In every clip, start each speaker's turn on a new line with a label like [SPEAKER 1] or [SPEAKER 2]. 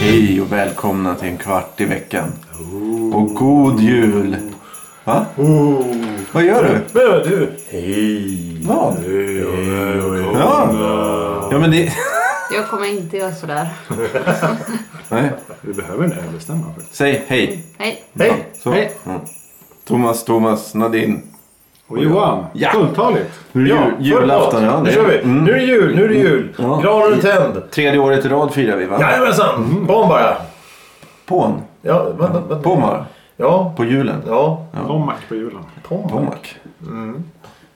[SPEAKER 1] Hej och välkomna till en kvart i veckan. Och god jul! Va? Vad gör du?
[SPEAKER 2] Men du! Hej!
[SPEAKER 1] Vad?
[SPEAKER 2] Hej och välkommen.
[SPEAKER 1] Ja. Ja men det...
[SPEAKER 3] Jag kommer inte göra sådär.
[SPEAKER 1] Nej.
[SPEAKER 2] Vi behöver en överstämma faktiskt.
[SPEAKER 1] Säg hej.
[SPEAKER 3] Nej.
[SPEAKER 2] Hej!
[SPEAKER 1] Så. Mm. Thomas, Thomas, Nadine.
[SPEAKER 2] Och Johan!
[SPEAKER 1] Ja.
[SPEAKER 2] Fulltaligt!
[SPEAKER 1] Nu är jul- julafton, ja,
[SPEAKER 2] ja.
[SPEAKER 1] det-
[SPEAKER 2] Nu kör vi!
[SPEAKER 1] Mm.
[SPEAKER 2] Nu är det jul, nu är det jul!
[SPEAKER 1] Ja.
[SPEAKER 2] Granen är tänd!
[SPEAKER 1] Tredje året i rad firar vi va?
[SPEAKER 2] Jajamensan!
[SPEAKER 1] Mm.
[SPEAKER 2] Bon bara!
[SPEAKER 1] Pån.
[SPEAKER 2] Ja, vänta, vänta.
[SPEAKER 1] Pomar.
[SPEAKER 2] Ja.
[SPEAKER 1] På julen.
[SPEAKER 2] Ja.
[SPEAKER 4] Pommack på julen.
[SPEAKER 2] Pom.
[SPEAKER 1] Pommack.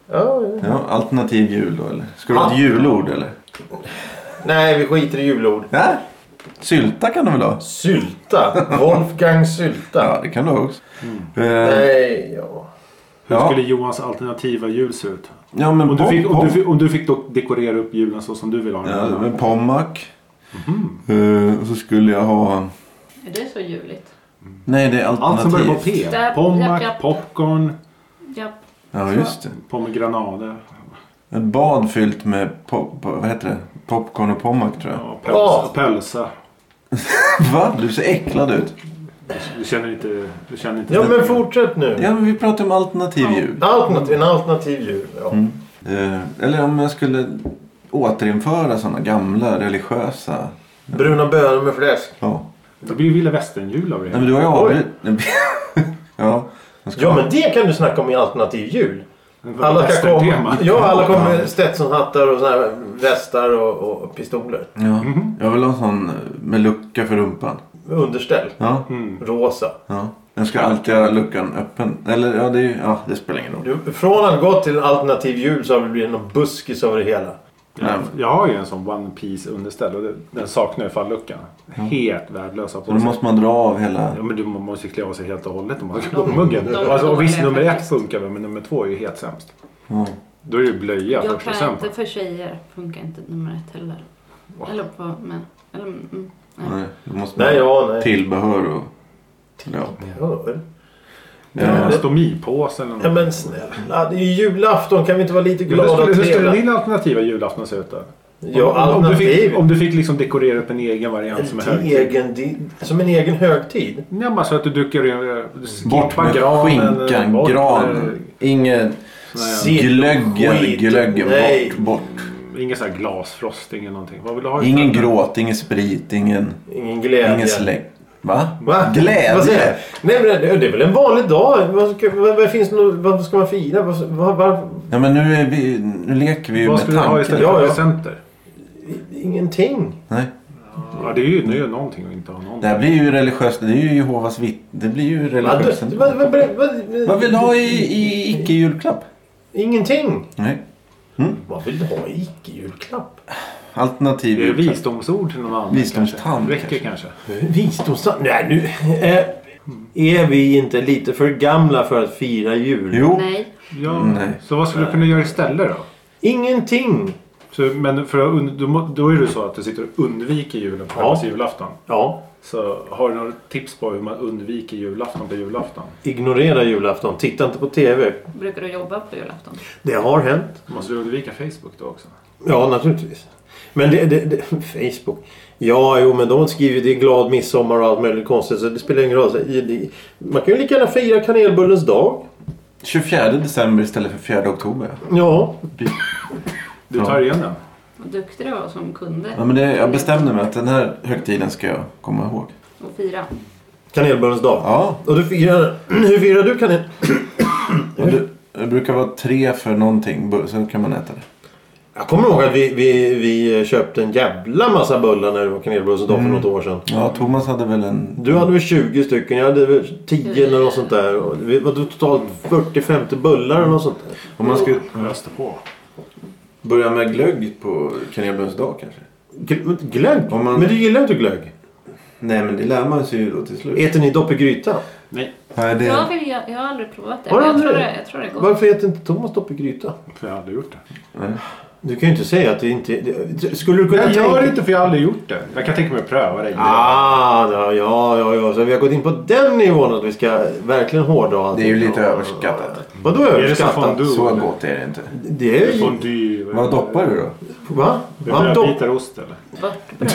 [SPEAKER 2] Ja, ja.
[SPEAKER 1] Ja, alternativ jul då eller? Ska du ha ett
[SPEAKER 2] Ja.
[SPEAKER 1] julord eller?
[SPEAKER 2] Nej, vi skiter i julord.
[SPEAKER 1] Nej. Sylta kan du väl ha?
[SPEAKER 2] Sylta. Wolfgang Sylta.
[SPEAKER 1] Ja, det kan du ha också. Eh,
[SPEAKER 2] Nej, ja.
[SPEAKER 4] Mm. Hur
[SPEAKER 1] Ja.
[SPEAKER 4] skulle Johans alternativa jul se ut?
[SPEAKER 1] ja men
[SPEAKER 4] Om du
[SPEAKER 1] pom-
[SPEAKER 4] fick,
[SPEAKER 1] pom-
[SPEAKER 4] om du fick, om du fick då dekorera upp julen så som du vill ha
[SPEAKER 1] Ja,
[SPEAKER 4] den.
[SPEAKER 1] men Pommac.
[SPEAKER 4] Mhm.
[SPEAKER 1] Eh, och så skulle jag ha...
[SPEAKER 3] Är det så ljuvligt?
[SPEAKER 1] Nej, det är
[SPEAKER 4] Allt som börjar på
[SPEAKER 1] alternativ.
[SPEAKER 4] P.
[SPEAKER 3] Japp, japp,
[SPEAKER 4] Pommack,
[SPEAKER 3] japp.
[SPEAKER 4] popcorn,
[SPEAKER 3] Ja.
[SPEAKER 1] Ja, just det.
[SPEAKER 4] pomegranate.
[SPEAKER 1] Ett bad fyllt med pop, vad heter det? popcorn och Pommac tror jag.
[SPEAKER 4] Ja, pölsa,
[SPEAKER 2] Åh!
[SPEAKER 4] pölsa.
[SPEAKER 1] Va? Du ser äcklad ut.
[SPEAKER 4] Du känner inte... Du känner inte
[SPEAKER 2] Ja, men fortsätt nu.
[SPEAKER 1] Ja, men vi pratar om alternativ jul.
[SPEAKER 2] Alternativ, en alternativ jul. Ja.
[SPEAKER 1] Eh, eller om jag skulle återinföra sådana gamla religiösa...
[SPEAKER 2] Bruna bönor med fläsk.
[SPEAKER 1] Ja.
[SPEAKER 4] Det blir ju vilda västern-jul av det.
[SPEAKER 1] Nej, men du har ju
[SPEAKER 2] Oj.
[SPEAKER 1] avbrutit... ja. jag ska-
[SPEAKER 2] Ja, men det kan du snacka om i alternativ jul.
[SPEAKER 4] men...
[SPEAKER 2] Alla ska komma,
[SPEAKER 4] Ja.
[SPEAKER 2] ja, alla kommer med Stetsonhattar och såna här västar och, och pistoler.
[SPEAKER 1] ja.
[SPEAKER 4] Mhm.
[SPEAKER 1] Jag vill ha en sån eh, med lucka för rumpan.
[SPEAKER 2] Med Underställ.
[SPEAKER 1] Ja.
[SPEAKER 4] Mm.
[SPEAKER 2] Rosa.
[SPEAKER 1] Ja. Jag ska alltid ha luckan öppen. Eller ja, det, är ju- ja, det spelar ingen roll.
[SPEAKER 2] Du, från att gått till alternativ jul så har det blivit någon buskis över det hela.
[SPEAKER 4] Jag, jag har ju en sån One Piece underställ och det, den saknar ju falluckan. Helt värdelös att ha
[SPEAKER 1] Så då
[SPEAKER 4] på sig.
[SPEAKER 1] måste man dra av hela...
[SPEAKER 4] Ja, men du man måste ju klä av sig helt och hållet om man ska
[SPEAKER 3] De-
[SPEAKER 4] gå på muggen.
[SPEAKER 3] de-
[SPEAKER 4] Alltså,
[SPEAKER 3] de-
[SPEAKER 4] och visst,
[SPEAKER 3] de-
[SPEAKER 4] nummer ett
[SPEAKER 3] faktiskt.
[SPEAKER 4] funkar väl, men nummer två är ju helt sämst.
[SPEAKER 1] Ja.
[SPEAKER 4] Då är det ju blöja
[SPEAKER 3] Jag
[SPEAKER 4] först och
[SPEAKER 3] kan
[SPEAKER 4] sen.
[SPEAKER 3] inte för tjejer. Funkar inte nummer ett heller. Eller på män. Eller, mm, nej.
[SPEAKER 1] Nej, då måste man
[SPEAKER 2] Nej, ja, nej.
[SPEAKER 1] tillbehör och... Ja.
[SPEAKER 2] Ja,
[SPEAKER 4] Ja, en stomipåse eller något.
[SPEAKER 2] Ja, men snälla. Det är ju julafton. Kan vi inte vara lite
[SPEAKER 4] Hur
[SPEAKER 2] glada
[SPEAKER 4] skulle,
[SPEAKER 2] och
[SPEAKER 4] hur skulle
[SPEAKER 2] trevliga?
[SPEAKER 4] din alternativa julafton se ut då?
[SPEAKER 2] Ja,
[SPEAKER 4] Om- om, du
[SPEAKER 2] alternativ.
[SPEAKER 4] fick, om du fick liksom dekorera upp en egen variant som är
[SPEAKER 2] En
[SPEAKER 4] hög.
[SPEAKER 2] egen, di- som en egen högtid.
[SPEAKER 4] Nej, men så att du dyker in... du skippar
[SPEAKER 1] Bort med
[SPEAKER 4] granen,
[SPEAKER 1] skinkan,
[SPEAKER 4] bort med-
[SPEAKER 1] gran. Ingen
[SPEAKER 4] Sådär,
[SPEAKER 2] Sill och
[SPEAKER 1] eh, glöggen,
[SPEAKER 2] skit.
[SPEAKER 1] glöggen.
[SPEAKER 2] Nej.
[SPEAKER 1] Bort, bort.
[SPEAKER 4] Ingen sån här glasfrosting eller någonting. Vad vill du ha?
[SPEAKER 1] Ingen gråt, ingen sprit, ingen,
[SPEAKER 2] Ingen glädje.
[SPEAKER 1] ingen släng. Va?
[SPEAKER 2] Va? Vad säger jag?
[SPEAKER 1] Glädje!
[SPEAKER 2] Nej, men det- det är väl en vanlig dag? Vad ska, vad, vad finns det något, vad ska man fira? Vad, vad, vad,
[SPEAKER 1] Ja, men nu, är vi, nu leker vi ju
[SPEAKER 4] Vad
[SPEAKER 1] med
[SPEAKER 4] skulle du ha
[SPEAKER 1] tanken.
[SPEAKER 4] istället
[SPEAKER 2] Ja,
[SPEAKER 4] för
[SPEAKER 2] ja.
[SPEAKER 4] presenter?
[SPEAKER 2] ingenting.
[SPEAKER 1] Nej.
[SPEAKER 4] Ja, det är ju, det är ju någonting att inte ha någonting.
[SPEAKER 1] Det här blir ju religiöst. Det är ju Jehovas vitt. Det blir ju
[SPEAKER 2] Vad,
[SPEAKER 1] religiöst.
[SPEAKER 2] vad, vad, vad,
[SPEAKER 1] Vad vill du ha i, i icke-julklapp?
[SPEAKER 2] Ingenting.
[SPEAKER 1] Nej.
[SPEAKER 2] Vad vill du ha i icke-julklapp?
[SPEAKER 1] Alternativ
[SPEAKER 4] Det är
[SPEAKER 1] julklapp.
[SPEAKER 4] visdomsord till någon annan.
[SPEAKER 1] Visdomstand,
[SPEAKER 4] kanske.
[SPEAKER 1] kanske.
[SPEAKER 4] Räcker kanske.
[SPEAKER 2] Visdomsand? Nej, nu... eh, är vi inte lite för gamla för att fira jul?
[SPEAKER 1] Jo.
[SPEAKER 3] nej.
[SPEAKER 4] Ja,
[SPEAKER 1] Nej.
[SPEAKER 4] Så vad skulle du kunna göra istället då?
[SPEAKER 2] Ingenting.
[SPEAKER 4] Så, men för att, und- då, må- då är det så att du sitter och undviker julen på
[SPEAKER 2] Ja.
[SPEAKER 4] ja. julafton.
[SPEAKER 2] Ja,
[SPEAKER 4] Så har du några tips på hur man undviker julafton på julafton?
[SPEAKER 2] ignorera julafton. Titta inte på TV.
[SPEAKER 3] Brukar du jobba på julafton?
[SPEAKER 2] Det har hänt.
[SPEAKER 4] Måste du undvika Facebook då också?
[SPEAKER 2] Ja, naturligtvis. Men det, det, det, Facebook. Ja, jo, men de skriver ju det är glad midsommar och allt möjligt konstigt. Så det spelar ingen roll. Så, i- det- Man kan ju lika gärna fira kanelbullens dag.
[SPEAKER 1] 24 december istället för 4 oktober.
[SPEAKER 2] Ja,
[SPEAKER 4] Du
[SPEAKER 1] Ja.
[SPEAKER 4] tar igen den.
[SPEAKER 3] Vad duktig du var som
[SPEAKER 1] Ja,
[SPEAKER 3] kunde.
[SPEAKER 1] men det, jag bestämde mig att den här högtiden ska jag komma ihåg.
[SPEAKER 3] Och fira.
[SPEAKER 2] kanelbullens dag.
[SPEAKER 1] Ja,
[SPEAKER 2] Och du firar... Hur firar du kanel...
[SPEAKER 1] och det, det brukar vara tre för någonting, bu- så kan man äta det.
[SPEAKER 2] Jag kommer ihåg att vi, vi, vi köpte en jävla massa bullar när det var kanelbullens dag
[SPEAKER 1] Mm.
[SPEAKER 2] för något år sedan.
[SPEAKER 1] Ja, Thomas hade väl en...
[SPEAKER 2] Du hade väl 20 stycken, jag hade väl 10 eller något sånt där. Och Vi var totalt 40-50 bullar eller något sånt där.
[SPEAKER 1] Om man skulle
[SPEAKER 4] Rösta på.
[SPEAKER 1] börja med glögg på kanelbullens dag kanske?
[SPEAKER 2] Gl- Glögg?
[SPEAKER 1] Om man-
[SPEAKER 2] Men du gillar inte glögg?
[SPEAKER 1] Nej, men det lär man sig ju då till slut.
[SPEAKER 2] Äter ni dopp i gryta?
[SPEAKER 4] Nej.
[SPEAKER 1] Nej, det...
[SPEAKER 3] Jag, vill, jag, jag har aldrig provat det.
[SPEAKER 2] Har du
[SPEAKER 3] men jag,
[SPEAKER 2] aldrig
[SPEAKER 3] tror
[SPEAKER 2] det?
[SPEAKER 3] det jag tror det är gott.
[SPEAKER 2] Varför äter inte Thomas dopp i gryta?
[SPEAKER 4] För jag har aldrig gjort det.
[SPEAKER 1] Nej.
[SPEAKER 2] Du kan ju inte säga att det inte... det- Skulle du kunna
[SPEAKER 4] Jag
[SPEAKER 2] tänka...
[SPEAKER 4] gör det inte för jag har aldrig gjort det. Jag kan tänka mig att pröva det.
[SPEAKER 2] Ah, ja, ja, ja, ja. Så vi har gått in på den nivån att vi ska verkligen hårdra allting.
[SPEAKER 1] Det är ju lite överskattat.
[SPEAKER 2] Vadå
[SPEAKER 4] är det som
[SPEAKER 2] överskattat?
[SPEAKER 4] fondue?
[SPEAKER 1] Så
[SPEAKER 4] eller?
[SPEAKER 1] gott är det inte.
[SPEAKER 2] Det är ju...
[SPEAKER 4] Fondue. eller?
[SPEAKER 1] Vad doppar du då?
[SPEAKER 2] Va?
[SPEAKER 4] Det
[SPEAKER 2] Va?
[SPEAKER 4] är
[SPEAKER 2] Dopp-
[SPEAKER 4] Brödbitar ost eller?
[SPEAKER 3] Vörtbröd.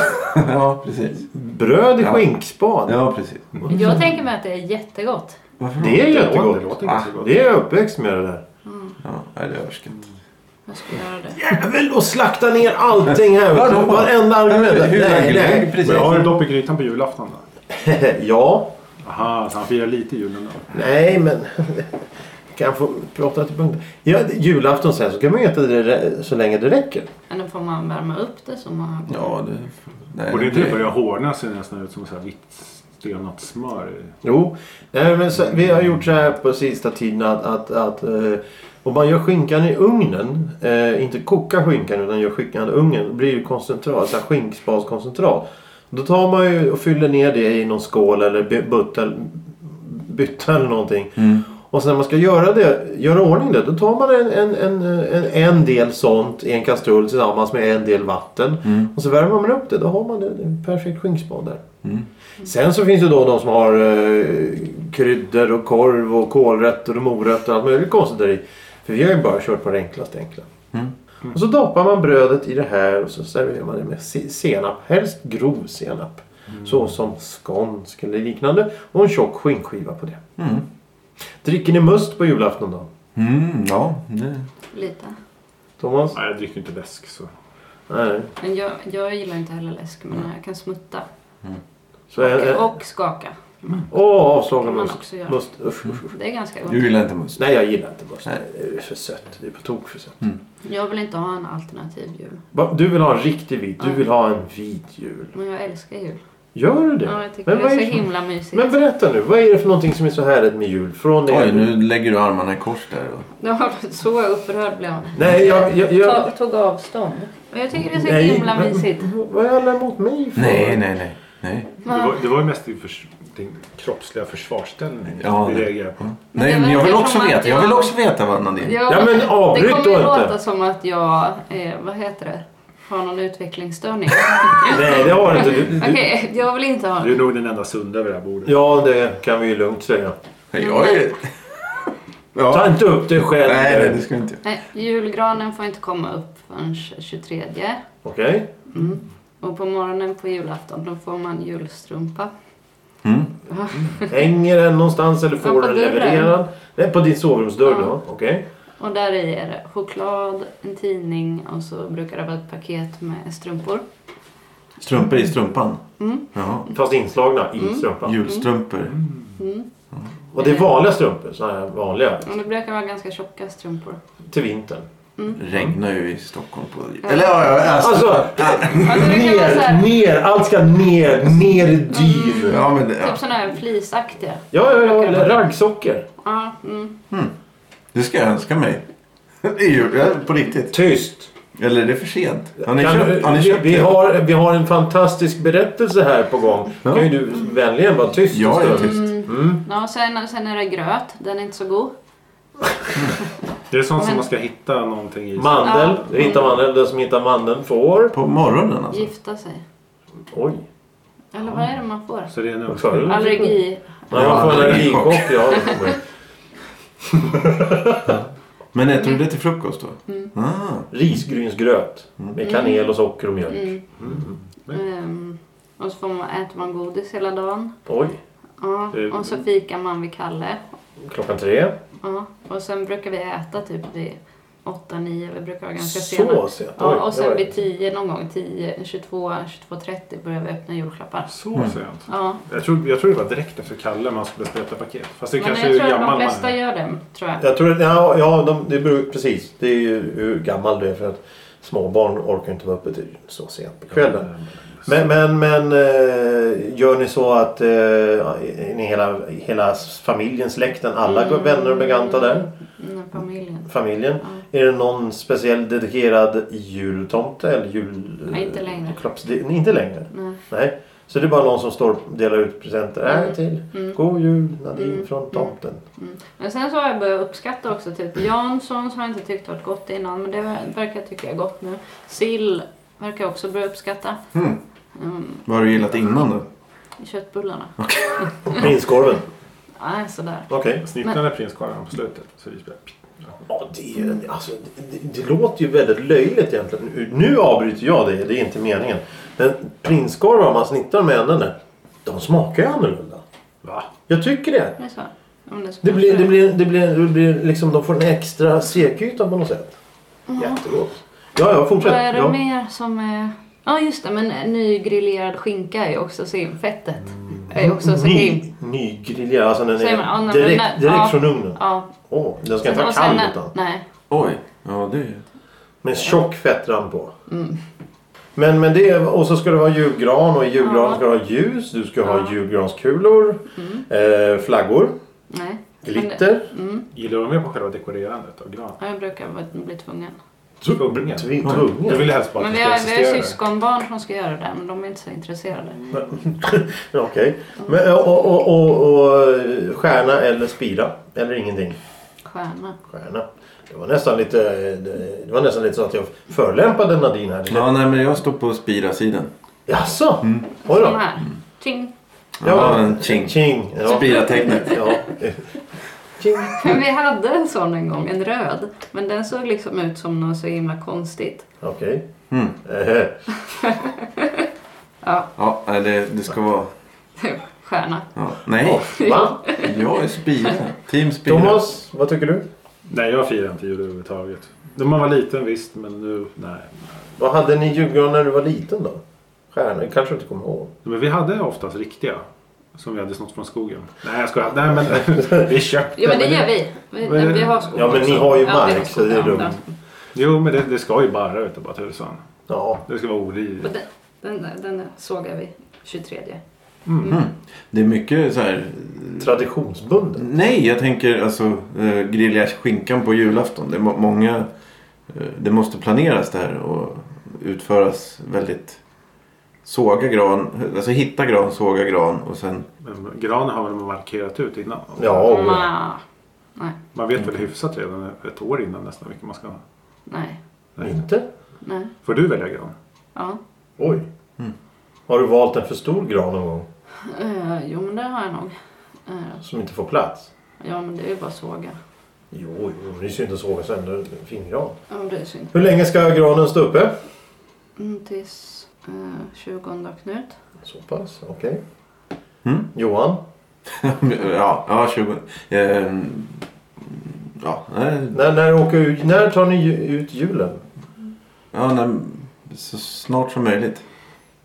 [SPEAKER 1] ja, precis.
[SPEAKER 2] Bröd i
[SPEAKER 1] Ja.
[SPEAKER 2] skinkspad?
[SPEAKER 1] Ja, precis.
[SPEAKER 3] Jag tänker mig att det är jättegott.
[SPEAKER 1] Varför då?
[SPEAKER 2] Det är
[SPEAKER 4] Det
[SPEAKER 2] jättegott.
[SPEAKER 4] låter inte
[SPEAKER 1] Ah.
[SPEAKER 4] så gott.
[SPEAKER 2] Det är jag uppväxt med det där.
[SPEAKER 1] Ja, nej, det är överskattat.
[SPEAKER 3] Jag ska göra det.
[SPEAKER 2] Jävel och slakta ner allting här. vet du.
[SPEAKER 1] Vadå?
[SPEAKER 2] Varenda argument.
[SPEAKER 1] Nej, hur
[SPEAKER 2] Nej,
[SPEAKER 1] ägg-
[SPEAKER 2] nej.
[SPEAKER 1] ägg, precis.
[SPEAKER 4] Men jag har en dopp i grytan på julafton då.
[SPEAKER 2] Ja.
[SPEAKER 4] Aha, så han firar lite julen då.
[SPEAKER 2] Nej, men... Kan jag få prata till punkten? Ja, julafton sen så kan man ju äta det där så länge det räcker.
[SPEAKER 3] Men får man värma upp det så många gånger.
[SPEAKER 1] Ja, det... Nej,
[SPEAKER 4] Och det
[SPEAKER 1] det-
[SPEAKER 4] typ börjar hårdna ser nästan ut som så här vitt stelnat smör.
[SPEAKER 2] Jo, nej, men så, vi har gjort så här på sista tiden att, att, att eh, om man gör skinkan i ugnen, eh, inte koka skinkan utan gör skinkan i ugnen, då blir det koncentrat, så här skinkspaskoncentrat. Då tar man ju och fyller ner det i någon skål eller by- butel, bytta eller någonting.
[SPEAKER 1] Mm.
[SPEAKER 2] Och sen när man ska göra det, göra ordning det, då tar man en, en, en, en, en del sånt i en kastrull tillsammans med en del vatten.
[SPEAKER 1] Mm.
[SPEAKER 2] Och så värmer man upp det, då har man det, det är en perfekt skinkspan där.
[SPEAKER 1] Mm.
[SPEAKER 2] Sen så finns det då de som har eh, kryddor och korv och kålrötter och morötter och allt möjligt konstigt där i. För vi har ju bara kört på det enklaste enkla.
[SPEAKER 1] Mm.
[SPEAKER 2] Och så doppar man brödet i det här och så serverar man det med se- senap. Helst grov senap.
[SPEAKER 1] Mm.
[SPEAKER 2] Så som skånsk eller liknande. Och en tjock skinkskiva på det.
[SPEAKER 1] Mm.
[SPEAKER 2] Dricker ni must på julafton då?
[SPEAKER 1] Mm, ja, det...
[SPEAKER 3] Lite.
[SPEAKER 2] Thomas?
[SPEAKER 4] Nej, jag dricker inte läsk så.
[SPEAKER 2] Nej.
[SPEAKER 3] Men jag, jag gillar inte heller läsk men jag kan smutta.
[SPEAKER 2] Så en, en,
[SPEAKER 3] Och skaka.
[SPEAKER 2] åh, avslagen
[SPEAKER 3] kan man
[SPEAKER 2] must.
[SPEAKER 3] också göra.
[SPEAKER 2] must. Usch, usch, usch.
[SPEAKER 3] Det är ganska
[SPEAKER 1] Du
[SPEAKER 3] gott.
[SPEAKER 1] gillar inte must?
[SPEAKER 2] Nej, jag gillar inte must.
[SPEAKER 1] Nej.
[SPEAKER 2] Det är för sött. Det är på tok för sött.
[SPEAKER 3] Jag vill inte ha en alternativ jul.
[SPEAKER 2] Va, Du vill ha en riktig vit. Du
[SPEAKER 3] Ja.
[SPEAKER 2] vill ha en vit jul.
[SPEAKER 3] Men jag älskar jul.
[SPEAKER 2] Gör du det?
[SPEAKER 3] Ja, jag tycker
[SPEAKER 2] Men
[SPEAKER 3] det
[SPEAKER 2] vad
[SPEAKER 3] är
[SPEAKER 2] är
[SPEAKER 3] så
[SPEAKER 2] det som-
[SPEAKER 3] himla mysigt.
[SPEAKER 2] Men berätta nu, vad är det för någonting som är så härligt med jul? Från
[SPEAKER 1] Oj, nu lägger du armarna i kors där. Och...
[SPEAKER 3] Ja, så upprörd blev han.
[SPEAKER 2] Nej, jag... jag, jag...
[SPEAKER 3] Tog, tog avstånd. Men jag tycker det är så
[SPEAKER 2] Nej,
[SPEAKER 3] himla
[SPEAKER 2] men-
[SPEAKER 3] mysigt.
[SPEAKER 2] Vad är alla emot mig för?
[SPEAKER 1] Nej, nej, nej. nej.
[SPEAKER 4] Det var, det var ju mest din, förs- din kroppsliga försvarsställning
[SPEAKER 1] Ja,
[SPEAKER 4] du
[SPEAKER 1] det-
[SPEAKER 4] reagerade på.
[SPEAKER 3] Men
[SPEAKER 1] Nej,
[SPEAKER 3] det
[SPEAKER 1] men jag
[SPEAKER 3] verkar
[SPEAKER 1] vill också
[SPEAKER 3] som att
[SPEAKER 1] veta. Jag
[SPEAKER 3] jag-
[SPEAKER 1] vill också veta vad Nadine...
[SPEAKER 3] Ja,
[SPEAKER 2] Ja, men
[SPEAKER 3] det
[SPEAKER 2] avbryt
[SPEAKER 3] kommer
[SPEAKER 2] då
[SPEAKER 3] ju
[SPEAKER 2] inte.
[SPEAKER 3] låta som att jag, eh, vad heter det, har någon utvecklingsstörning.
[SPEAKER 2] Nej, det har du inte. Du, du...
[SPEAKER 3] Okej, jag vill inte ha
[SPEAKER 4] Du
[SPEAKER 3] det.
[SPEAKER 4] är nog den enda sunda vid det här bordet.
[SPEAKER 2] Ja, det kan vi ju lugnt säga.
[SPEAKER 1] Jag är...
[SPEAKER 2] Ta
[SPEAKER 1] Ja.
[SPEAKER 2] inte upp det själv.
[SPEAKER 1] Nej, nej, det ska du inte göra.
[SPEAKER 3] Nej, julgranen får inte komma upp förrän 23.
[SPEAKER 2] Okej.
[SPEAKER 3] Mm. Och på morgonen på julafton då får man julstrumpa.
[SPEAKER 1] Mm.
[SPEAKER 2] Hänger den någonstans eller
[SPEAKER 3] Ja, på
[SPEAKER 2] får den
[SPEAKER 3] dörren.
[SPEAKER 2] levererad? Nej, på din sovrumsdörr
[SPEAKER 3] Ja.
[SPEAKER 2] då? Okej.
[SPEAKER 3] Och där i är det choklad, en tidning och så brukar det vara ett paket med strumpor.
[SPEAKER 1] Strumpor i strumpan?
[SPEAKER 3] Mm.
[SPEAKER 1] Jaha.
[SPEAKER 2] Fast inslagna i
[SPEAKER 3] Mm.
[SPEAKER 2] strumpan.
[SPEAKER 1] Julstrumpor?
[SPEAKER 3] Mm.
[SPEAKER 2] Och det är vanliga strumpor, sådana här vanliga.
[SPEAKER 3] Och det brukar vara ganska tjocka strumpor.
[SPEAKER 2] Till vintern.
[SPEAKER 1] Regnar ju i Stockholm på... Eller Mm. ja, ja, alltså...
[SPEAKER 2] Alltså,
[SPEAKER 3] Ja, det brukar vara så
[SPEAKER 2] ner,
[SPEAKER 3] här,
[SPEAKER 2] ner! Allt ska ner, ner i dyn. Ja,
[SPEAKER 1] Ja, men det, ja.
[SPEAKER 3] typ såna här flisaktiga.
[SPEAKER 2] ja, ja. Eller raggsockor.
[SPEAKER 3] Ja, mm.
[SPEAKER 1] det ska jag önska mig. Det är ju ja, på riktigt.
[SPEAKER 2] Tyst!
[SPEAKER 1] Eller är det för sent? Har ni
[SPEAKER 2] Kan du-
[SPEAKER 1] köpt, har ni
[SPEAKER 2] vi,
[SPEAKER 1] köpt
[SPEAKER 2] vi,
[SPEAKER 1] det?
[SPEAKER 2] har, vi har en fantastisk berättelse här på gång.
[SPEAKER 1] Ja.
[SPEAKER 2] Kan ju du vänligen vara tyst en
[SPEAKER 1] Jag är
[SPEAKER 2] stund?
[SPEAKER 1] tyst.
[SPEAKER 2] Mm.
[SPEAKER 3] ja och sen, sen är det gröt. Den är inte så god.
[SPEAKER 4] Det är sånt som
[SPEAKER 3] Men-
[SPEAKER 4] man ska hitta någonting i.
[SPEAKER 2] Mandel.
[SPEAKER 3] Ja.
[SPEAKER 2] Hittar mandel. Den som hittar mandeln får...
[SPEAKER 1] På morgonen alltså?
[SPEAKER 3] Gifta sig.
[SPEAKER 2] Oj.
[SPEAKER 3] Eller vad är det man får?
[SPEAKER 4] Så det är en
[SPEAKER 2] Vad sa du?
[SPEAKER 4] uppföljning.
[SPEAKER 3] Allergi.
[SPEAKER 2] Ja, man får en
[SPEAKER 1] Allergichock.
[SPEAKER 2] allergichock. Ja, Oj.
[SPEAKER 1] Men äter du det till frukost då? Ah.
[SPEAKER 2] Risgrynsgröt. Med kanel och socker och mjölk.
[SPEAKER 3] Mm. Ehm, och så får man, äter man godis hela dagen.
[SPEAKER 2] Oj.
[SPEAKER 3] Ja,
[SPEAKER 4] Eh,
[SPEAKER 3] och så fikar man vid Kalle.
[SPEAKER 2] Klockan tre.
[SPEAKER 3] Ja, och sen brukar vi äta typ vid 8-9. Vi brukar vara ganska
[SPEAKER 2] Så
[SPEAKER 3] sena.
[SPEAKER 2] sent. Oj,
[SPEAKER 3] Ja, och
[SPEAKER 2] oj.
[SPEAKER 3] sen vid 10 någon gång. 10, 22, 22.30 börjar vi öppna julklappar.
[SPEAKER 4] Så
[SPEAKER 2] Mm.
[SPEAKER 4] sent.
[SPEAKER 3] Ja,
[SPEAKER 4] Jag tror, jag tror det var direkt efter Kalle man skulle spreta paket. Fast det
[SPEAKER 3] men jag
[SPEAKER 4] kanske är
[SPEAKER 3] tror
[SPEAKER 4] gammal
[SPEAKER 3] att de
[SPEAKER 4] man
[SPEAKER 3] flesta
[SPEAKER 4] är.
[SPEAKER 3] gör det. Tror jag.
[SPEAKER 2] Jag tror att, ja, ja de, det beror precis. Det är ju hur gammal du är för att småbarn orkar inte vara uppe till så sent på kvällen. Men, men, men eh, gör ni så att eh, är ni hela, hela familjen, släkten, alla vänner och bekanta där?
[SPEAKER 3] Mm, familjen.
[SPEAKER 2] Familjen?
[SPEAKER 3] Ja.
[SPEAKER 2] Är det någon speciell dedikerad jultomte eller jul...
[SPEAKER 3] Nej, inte längre.
[SPEAKER 2] klapps- det- inte längre?
[SPEAKER 3] Nej.
[SPEAKER 2] Nej. Så det är bara någon som står och delar ut presenter. Här
[SPEAKER 3] Mm.
[SPEAKER 2] till
[SPEAKER 3] Mm.
[SPEAKER 2] God Jul Nadine
[SPEAKER 3] Mm.
[SPEAKER 2] från tomten.
[SPEAKER 3] Men sen så har jag börjat uppskatta också typ Janssons har jag inte tyckt varit gott innan men det verkar jag tycka är gott nu. Sill verkar jag också börja uppskatta.
[SPEAKER 1] Mm.
[SPEAKER 3] Mm,
[SPEAKER 1] Vad har du gillat innan då?
[SPEAKER 3] köttbullarna.
[SPEAKER 2] Prinskorven.
[SPEAKER 3] Nej, sådär.
[SPEAKER 2] Okej.
[SPEAKER 4] Snittarna är prinskorven på slutet. Så vi spelar.
[SPEAKER 2] Ja, det, är- alltså, det, det, det låter ju väldigt löjligt egentligen. Nu- Nu avbryter jag det, det är inte meningen. Men prinskorvar, om man snittar med ändarna, de smakar ju annorlunda.
[SPEAKER 4] Va?
[SPEAKER 2] Jag tycker det.
[SPEAKER 3] Det är så. Ja, men är så
[SPEAKER 2] Det blir,
[SPEAKER 3] kanske
[SPEAKER 2] det blir, det blir, det blir liksom, de får en extra stekyta på något sätt. Jättegott. Ja, ja,
[SPEAKER 3] Mm. Vad
[SPEAKER 2] fortsätt.
[SPEAKER 3] är det
[SPEAKER 2] ja.
[SPEAKER 3] mer som är... Ja just det, men nygrillerad skinka är ju också så fettet. Är ju också så
[SPEAKER 2] Ny,
[SPEAKER 3] him.
[SPEAKER 2] nygrillerad, alltså den
[SPEAKER 3] Säger man, ja,
[SPEAKER 2] är
[SPEAKER 3] nej,
[SPEAKER 2] direkt,
[SPEAKER 3] men-
[SPEAKER 2] direkt
[SPEAKER 3] ja.
[SPEAKER 2] från ugnen.
[SPEAKER 3] Ja.
[SPEAKER 2] Åh, den ska inte vara
[SPEAKER 3] Och sen-
[SPEAKER 2] kall utan.
[SPEAKER 3] Nej.
[SPEAKER 1] Oj. Ja, det är...
[SPEAKER 2] Med tjock fettram på.
[SPEAKER 3] Mm.
[SPEAKER 2] Men, men det, är- och så ska det vara julgran och i julgranen
[SPEAKER 3] Ja.
[SPEAKER 2] ska du ha ljus. Du ska
[SPEAKER 3] Ja. Mm.
[SPEAKER 2] ha julgranskulor. Eh, flaggor.
[SPEAKER 3] Nej.
[SPEAKER 2] Glitter.
[SPEAKER 3] Mm.
[SPEAKER 4] Gillar du med på själva dekorerandet av granen?
[SPEAKER 3] Ja, jag brukar vara- bli tvungen.
[SPEAKER 4] Tvungen.
[SPEAKER 2] Tvi-
[SPEAKER 4] Jag
[SPEAKER 2] Tvungen.
[SPEAKER 4] ville helst bara
[SPEAKER 3] Men
[SPEAKER 4] att
[SPEAKER 3] vi
[SPEAKER 4] det ska
[SPEAKER 3] har, vi har
[SPEAKER 4] existera.
[SPEAKER 3] syskonbarn som ska göra det, men de är inte så intresserade.
[SPEAKER 2] Mm. Ja, Okej. Men, Och, och, och, och, och eh, stjärna eller spira. Eller ingenting.
[SPEAKER 3] Stjärna.
[SPEAKER 2] Stjärna. Det var nästan lite, eh, det var nästan lite så att jag förolämpade Nadine här.
[SPEAKER 1] Ja, nej, men jag står på Spira-sidan.
[SPEAKER 2] Jaså? Oj
[SPEAKER 3] De
[SPEAKER 2] då. Mm.
[SPEAKER 3] här. Ting.
[SPEAKER 1] Ja, en ching.
[SPEAKER 2] Ching. Ja.
[SPEAKER 1] Spira-tecknet.
[SPEAKER 2] Ja. Ching.
[SPEAKER 3] Men vi hade en sån en gång, en röd. Men den såg liksom ut som något så himla konstigt.
[SPEAKER 2] Okej.
[SPEAKER 1] Mm.
[SPEAKER 2] Eh,
[SPEAKER 3] Ja,
[SPEAKER 1] Ja, nej, det, det ska vara...
[SPEAKER 3] typ stjärna.
[SPEAKER 1] Ja. Nej,
[SPEAKER 2] Va?
[SPEAKER 1] jag är Spira. Team Spira.
[SPEAKER 2] Thomas, vad tycker du?
[SPEAKER 4] Nej, jag firar inte jul överhuvudtaget. När man var liten visst, men nu nej.
[SPEAKER 2] Vad hade ni i julgran när du var liten då? Stjärnor? kanske du inte kommer ihåg.
[SPEAKER 4] Men vi hade oftast riktiga. Som vi hade snott från skogen. Nej, jag skojar. Nej, men vi köpte.
[SPEAKER 3] Jo, men det gör vi. Vi,
[SPEAKER 4] Men-
[SPEAKER 3] vi har skor.
[SPEAKER 2] Ja, men ni har ju
[SPEAKER 3] Ja, vi har
[SPEAKER 2] mark, så det är
[SPEAKER 3] skor. Ja,
[SPEAKER 2] lugnt.
[SPEAKER 4] Jo, men det, det ska ju bara ut bara tusan.
[SPEAKER 2] Ja.
[SPEAKER 4] Det ska vara orid.
[SPEAKER 3] Men Den, den, den sågar vi 23.
[SPEAKER 1] Mm. Det är mycket så här...
[SPEAKER 2] Mm. Traditionsbunden.
[SPEAKER 1] Nej, jag tänker alltså eh, grilla skinkan på julafton. Det, är må- många, eh, det måste planeras det här och utföras väldigt... Såga gran, alltså hitta gran, såga gran och sen...
[SPEAKER 4] Men granen har väl markerat ut innan?
[SPEAKER 2] Ja. och-
[SPEAKER 1] Mm.
[SPEAKER 3] Nja, Nej,
[SPEAKER 4] Man vet väl hyfsat redan ett år innan nästan vilken man ska ha.
[SPEAKER 3] nej,
[SPEAKER 4] Nej.
[SPEAKER 2] Inte?
[SPEAKER 3] nej.
[SPEAKER 4] Får du välja gran?
[SPEAKER 3] Ja.
[SPEAKER 2] Oj.
[SPEAKER 1] Mm.
[SPEAKER 2] Har du valt en för stor gran någon gång?
[SPEAKER 3] Eh, jo, men det har jag nog. Eh,
[SPEAKER 2] Som inte får plats?
[SPEAKER 3] ja, men det är ju bara såga.
[SPEAKER 2] Jo, jo. Det ser ju inte sågas sönder en fin gran.
[SPEAKER 3] Ja, det är synd.
[SPEAKER 2] Hur länge ska granen stå uppe?
[SPEAKER 3] Mm, tills eh, 20 Knut.
[SPEAKER 2] Så pass, okej.
[SPEAKER 1] Mm.
[SPEAKER 2] Johan?
[SPEAKER 1] ja, ja, 20... Eh, ja, nej,
[SPEAKER 2] När, när, åker, ju- när tar ni ju- ut julen?
[SPEAKER 1] ja, nej, så snart som möjligt.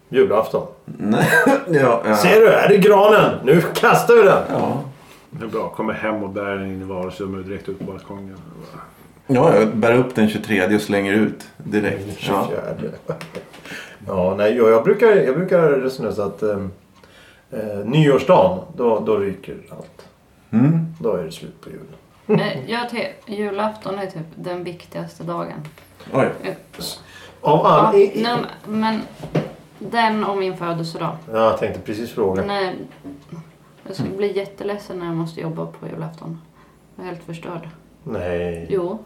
[SPEAKER 2] Julafton?
[SPEAKER 1] Nej, ja, ja.
[SPEAKER 2] Ser du? Här är granen! Nu kastar vi den!
[SPEAKER 1] Ja,
[SPEAKER 4] Det är bra. Kommer hem och bär den in i vardagsrummet och direkt ut på balkongen.
[SPEAKER 1] ja jag bär upp den 23 och slänger ut direkt. Ja.
[SPEAKER 2] 24. Ja, nej, jag, jag, brukar, jag brukar resonera så att eh, eh, nyårsdagen, då, då ryker allt.
[SPEAKER 1] Mm.
[SPEAKER 2] Då är det slut på julen.
[SPEAKER 3] Eh, jag te- julafton är typ den viktigaste dagen.
[SPEAKER 1] Oj.
[SPEAKER 2] Av
[SPEAKER 3] Ja,
[SPEAKER 2] all... i- i-
[SPEAKER 3] nej, men den och min födelsedag.
[SPEAKER 2] Ja, jag tänkte precis fråga.
[SPEAKER 3] Nej, jag skulle bli jätteledsen när jag måste jobba på julafton. Jag är helt förstörd.
[SPEAKER 2] Nej.
[SPEAKER 3] Jo,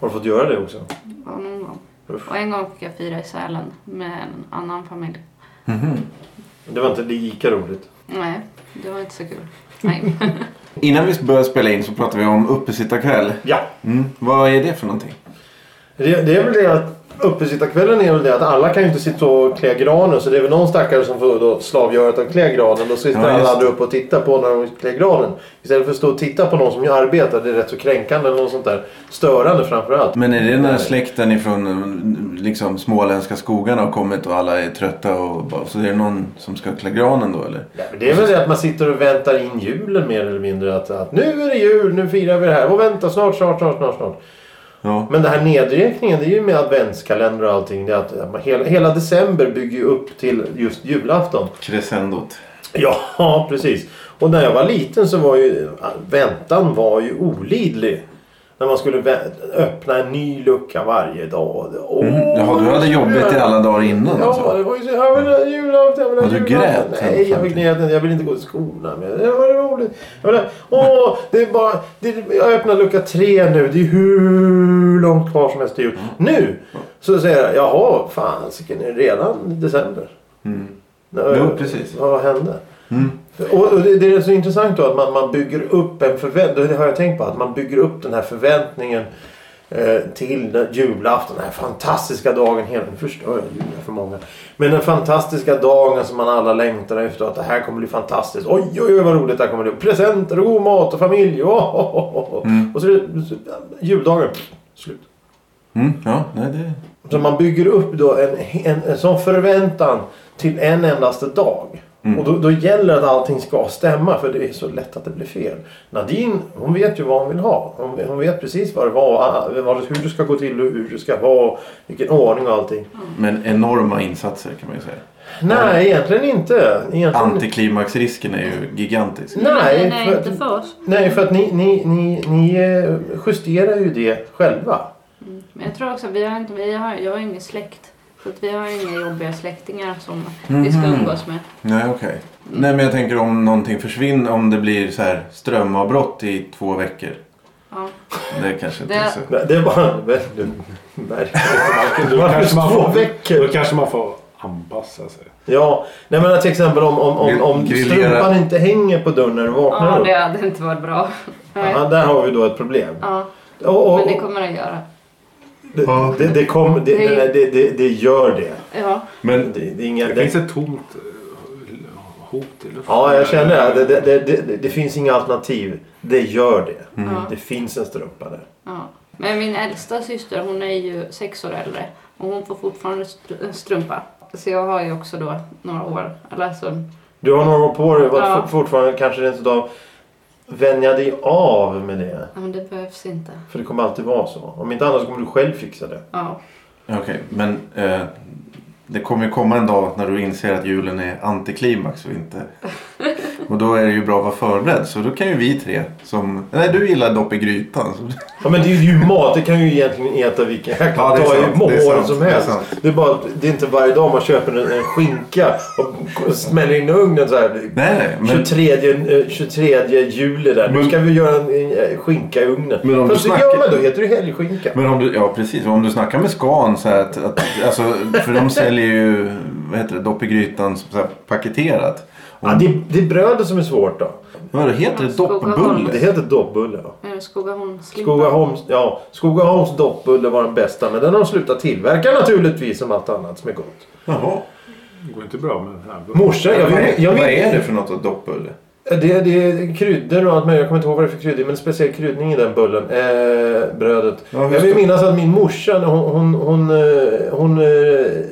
[SPEAKER 2] Har du fått göra det också?
[SPEAKER 3] det var någon gång.
[SPEAKER 2] Uff.
[SPEAKER 3] Och en gång fick jag fira i Sälen med en annan familj.
[SPEAKER 2] Det var inte lika roligt.
[SPEAKER 3] Nej, det var inte så kul. Nej.
[SPEAKER 1] Innan vi börjar spela in så pratar vi om uppesittarkväll.
[SPEAKER 2] Ja.
[SPEAKER 1] Mm. Vad är det för någonting?
[SPEAKER 2] Det, det är väl det att uppesittarkvällen är väl det att alla kan ju inte sitta och klä granen så det är väl någon stackare som får då slavgörat att klä granen. Då sitter
[SPEAKER 1] Ja, just
[SPEAKER 2] alla
[SPEAKER 1] det.
[SPEAKER 2] andra upp och tittar på när de klär granen. Istället för att stå och titta på någon som ju arbetar. Det är rätt så kränkande eller något sånt där. Störande framförallt.
[SPEAKER 1] Men är det när släkten ifrån mm, liksom, småländska skogarna har kommit och alla är trötta och bara, så är det någon som ska klä granen då eller?
[SPEAKER 2] Ja, men det är väl det att man sitter och väntar in julen mer eller mindre. Att, att nu är det jul, nu firar vi det här. Och vänta snart, snart, snart, snart, snart.
[SPEAKER 1] Ja.
[SPEAKER 2] Men den här nedräkningen det är ju med adventskalender och allting. Det är att man, hela, hela december bygger ju upp till just julafton.
[SPEAKER 1] Crescendot.
[SPEAKER 2] Ja, precis. Och när jag var liten så var ju väntan var ju olidlig. När man skulle vä- öppna en ny lucka varje dag. Åh,
[SPEAKER 1] Mm. Jaha, du hade jobbigt i alla dagar innan
[SPEAKER 2] Ja,
[SPEAKER 1] alltså.
[SPEAKER 2] det var ju så jag vill ha julafton, jag vill ha
[SPEAKER 1] Ja, du
[SPEAKER 2] julafton.
[SPEAKER 1] grät
[SPEAKER 2] Nej, jag fick
[SPEAKER 1] samtidigt.
[SPEAKER 2] grät inte. Jag ville inte gå till skolan. Men det var roligt. Jag ville, åh, det är bara, det, är- jag öppnar lucka tre nu. Det är hur långt kvar som helst till jul.
[SPEAKER 1] Mm.
[SPEAKER 2] Nu! Så säger jag, jaha, fan, så är det redan december.
[SPEAKER 1] Mm.
[SPEAKER 2] Ja,
[SPEAKER 1] Jo, precis.
[SPEAKER 2] Vad hände?
[SPEAKER 1] Mm.
[SPEAKER 2] Och, och det, det är så intressant då att man, man bygger upp en förväntning. Det har jag tänkt på. Att man bygger upp den här förväntningen eh, till den- julafton. Den här fantastiska dagen. Hela, nu förstör jag julen för många. Men den fantastiska dagen som man alla längtar efter. Att det här kommer bli fantastiskt. Oj, oj, oj vad roligt det här kommer bli. Presenter och god mat och familj. Oh, oh, oh, oh.
[SPEAKER 1] Mm.
[SPEAKER 2] Och så, är det- så juldagen. pff, Slut.
[SPEAKER 1] Mm. Ja, nej det...
[SPEAKER 2] Så man bygger upp då en, en, en sån förväntan till en endaste dag.
[SPEAKER 1] Mm.
[SPEAKER 2] Och då, då gäller att allting ska stämma för det är så lätt att det blir fel. Nadine hon vet ju vad hon vill ha. Hon, hon vet precis vad det var, ah, vad, det- hur det ska gå till och hur det ska vara. Vilken ordning och allting.
[SPEAKER 1] Men enorma insatser kan man ju säga.
[SPEAKER 4] Mm.
[SPEAKER 2] Nej, egentligen inte. Egentligen,
[SPEAKER 1] Antiklimaxrisken är ju gigantisk.
[SPEAKER 2] Nej,
[SPEAKER 3] Nej, nej
[SPEAKER 2] för-
[SPEAKER 3] inte för oss.
[SPEAKER 2] nej, för att ni, ni, ni, ni eh, justerar ju det själva.
[SPEAKER 3] Men jag tror också att vi har inte, vi har, jag har ingen släkt. Så att vi har inga jobbiga släktingar som vi ska
[SPEAKER 1] Mhm.
[SPEAKER 3] umgås med.
[SPEAKER 1] Nej, okej. Nej, men jag tänker om någonting försvinner, om det blir så här strömavbrott i två veckor.
[SPEAKER 3] Ja.
[SPEAKER 1] Det kanske inte är så.
[SPEAKER 2] Nej, Det var väldigt märkligt.
[SPEAKER 4] Då kanske, man
[SPEAKER 2] Två
[SPEAKER 4] får,
[SPEAKER 2] veckor.
[SPEAKER 4] då kanske man får anpassa sig.
[SPEAKER 2] Ja, nej men till exempel om, om, om, om
[SPEAKER 1] Grillera.
[SPEAKER 2] strumpan inte hänger på dörren när du vaknar
[SPEAKER 3] ja,
[SPEAKER 2] upp.
[SPEAKER 3] det hade inte varit bra. Nej.
[SPEAKER 2] Ja, där har vi då ett problem.
[SPEAKER 3] Ja,
[SPEAKER 2] Och, och,
[SPEAKER 3] men det kommer det göra.
[SPEAKER 2] det, det, det, kom, det,
[SPEAKER 3] Det-
[SPEAKER 2] det, det, det, det gör det.
[SPEAKER 3] Ja.
[SPEAKER 1] Men
[SPEAKER 2] Det, det, är inga,
[SPEAKER 4] Det
[SPEAKER 2] det
[SPEAKER 4] finns ett tomt eh, hot i luften.
[SPEAKER 2] ja, jag känner det. Det, det, det, det. det finns inga alternativ. Det gör det.
[SPEAKER 3] Ja.
[SPEAKER 2] Det finns en strumpa där.
[SPEAKER 3] Ja. Men min äldsta syster hon är ju sex år äldre och hon får fortfarande str- strumpa. Så jag har ju också då några år, eller alltså,
[SPEAKER 2] Du har några år på dig.
[SPEAKER 3] Ja.
[SPEAKER 2] Ja. Fortfarande kanske rent utav vänja dig av med det.
[SPEAKER 3] ja, men det behövs inte.
[SPEAKER 2] För det kommer alltid vara så. Om inte annat så kommer du själv fixa det.
[SPEAKER 3] Ja,
[SPEAKER 1] Okej, men eh, det kommer ju komma en dag när du inser att julen är antiklimax och inte... Och då är det ju bra att vara förberedd. Så då kan ju vi tre som... Nej, du gillar dopp i grytan. Så...
[SPEAKER 2] Ja men det är ju mat. Det kan ju egentligen äta vilken jäkla
[SPEAKER 1] Ja, det är
[SPEAKER 2] dag i
[SPEAKER 1] sant, det är
[SPEAKER 2] morgon
[SPEAKER 1] sant,
[SPEAKER 2] som
[SPEAKER 1] det är
[SPEAKER 2] helst.
[SPEAKER 1] sant.
[SPEAKER 2] Det är, bara, det är inte varje dag man köper en, en skinka och smäller in i ugnen så här.
[SPEAKER 1] Nej, men...
[SPEAKER 2] 23, eh, 23 juli där. Nu
[SPEAKER 1] Men-
[SPEAKER 2] ska vi göra en eh, skinka i ugnen.
[SPEAKER 1] Men om du
[SPEAKER 2] Fast det
[SPEAKER 1] snackar-
[SPEAKER 2] gör man då. Heter det helgskinka?
[SPEAKER 1] Men om du, ja precis, om du snackar med Scan så här att, att alltså, för de säljer ju, vad heter det, dopp i grytan så här paketerat. Och,
[SPEAKER 2] Ja, det, är- det är brödet som är svårt då.
[SPEAKER 1] Vad heter det?
[SPEAKER 2] Det
[SPEAKER 1] Doppbulle?
[SPEAKER 2] heter doppbulle. Ja.
[SPEAKER 3] men Skogaholmslimpa.
[SPEAKER 2] Skogaholms, ja, Skogaholms doppbulle var den bästa. Men den har de slutat tillverka naturligtvis som allt annat som är gott.
[SPEAKER 1] Jaha.
[SPEAKER 4] Det går inte bra med den här.
[SPEAKER 2] Morsan, jag
[SPEAKER 1] vad,
[SPEAKER 2] vet,
[SPEAKER 1] är,
[SPEAKER 2] jag
[SPEAKER 1] vad
[SPEAKER 2] vet
[SPEAKER 1] är det för något att doppbulle?
[SPEAKER 2] Ja, Det, det är kryddor och allt möjligt. Jag kommer inte ihåg vad det är för kryddor. Men en speciell kryddning i den bullen. Eh, brödet.
[SPEAKER 1] Ja, just
[SPEAKER 2] jag
[SPEAKER 1] det.
[SPEAKER 2] vill minnas att min morsa hon, hon, hon, eh, hon eh,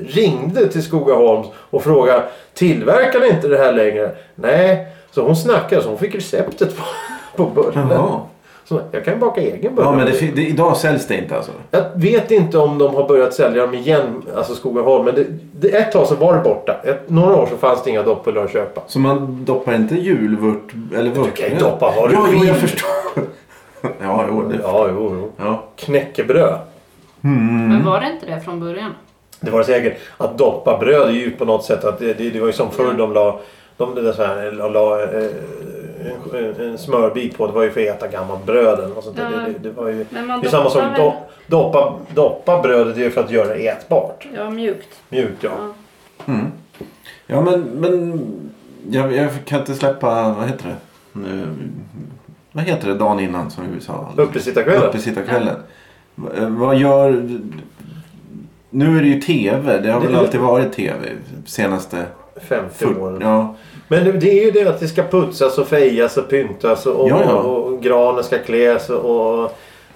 [SPEAKER 2] ringde till Skogaholms och frågade Tillverkar ni inte det här längre? Nej. Så hon snackade så hon fick receptet på, på bullen.
[SPEAKER 1] Jaha.
[SPEAKER 2] Så jag kan baka egen bulle.
[SPEAKER 1] Ja men det, fi- det, idag säljs det inte alltså?
[SPEAKER 2] Jag vet inte om de har börjat sälja dem igen, alltså Skogaholm. Men det, det, ett tag så var det borta. Ett, några år så fanns det inga doppbullar att köpa.
[SPEAKER 1] Så man doppar inte julvört eller vört?
[SPEAKER 2] kan ju doppa vad du
[SPEAKER 1] ja, jo,
[SPEAKER 2] vill.
[SPEAKER 1] jag förstår. ja, jo. Det,
[SPEAKER 2] Ja, jo, jo.
[SPEAKER 1] ja.
[SPEAKER 2] Knäckebröd.
[SPEAKER 3] Men var det inte det från början?
[SPEAKER 2] Det var säkert att doppa bröd är ju på något sätt att det, det, det var ju som förr de la, de, det där så här, la, la eh, en, en smörbit på. Det var ju för att äta gammalt bröd eller något sånt där. Det, det, det var ju
[SPEAKER 3] Men man
[SPEAKER 2] det är samma som
[SPEAKER 3] doppar väl-
[SPEAKER 2] do, doppa, doppa brödet det är ju för att göra det ätbart.
[SPEAKER 3] Ja, mjukt.
[SPEAKER 2] Mjukt ja.
[SPEAKER 3] Ja.
[SPEAKER 1] Mm. ja men, men jag, jag kan inte släppa, vad heter det? Nu, vad heter det dagen innan som vi sa?
[SPEAKER 2] Uppesittarkvällen.
[SPEAKER 1] Uppesittarkvällen. V- Eh, Vad gör... Nu är det ju tv. Det har
[SPEAKER 2] Det-
[SPEAKER 1] väl alltid varit tv senaste...
[SPEAKER 2] 50
[SPEAKER 1] fyr-
[SPEAKER 2] år.
[SPEAKER 1] Ja.
[SPEAKER 2] Men det, det är ju det att det ska putsas och fejas och pyntas och,
[SPEAKER 1] Ja, ja.
[SPEAKER 2] och, och granen ska kläs och,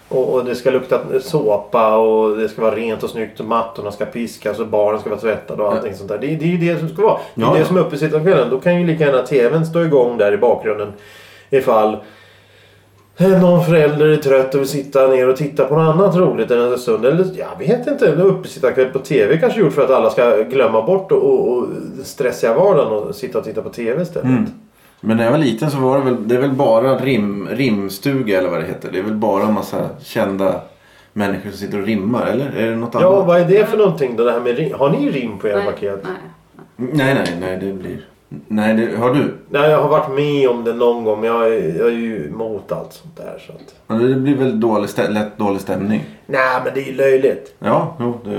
[SPEAKER 2] och, och det ska lukta såpa och det ska vara rent och snyggt och mattorna ska piskas och barnen ska vara tvättade och allting sånt där. Det, det är ju det som ska vara. Det är
[SPEAKER 1] Ja,
[SPEAKER 2] det
[SPEAKER 1] ja.
[SPEAKER 2] som är uppesittarkvällen. Då kan ju lika gärna tvn stå igång där i bakgrunden ifall någon förälder är trött och vill sitta ner och titta på något annat roligt en liten stund. Eller jag vet inte. en Uppesittarkväll på TV kanske gjort för att alla ska glömma bort och, och, och stressiga vardagen och sitta och titta på TV istället.
[SPEAKER 1] Mm. Men när jag var liten så var det väl, det är väl bara rim, rimstuga eller vad det heter. Det är väl bara en massa kända människor som sitter och rimmar eller? Är det något
[SPEAKER 2] Ja,
[SPEAKER 1] annat?
[SPEAKER 2] vad är det för någonting då? Det här med rim? Har ni rim på era
[SPEAKER 3] Nej,
[SPEAKER 2] paket?
[SPEAKER 3] nej.
[SPEAKER 1] Nej, nej, nej det blir... Nej, det, har du?
[SPEAKER 2] Nej, jag har varit med om det någon gång men jag är, jag är ju emot allt sånt där. Så att...
[SPEAKER 1] Ja, Det blir väl dålig, stä- lätt dålig stämning?
[SPEAKER 2] Nej, men det är ju löjligt.
[SPEAKER 1] Ja, jo. Det...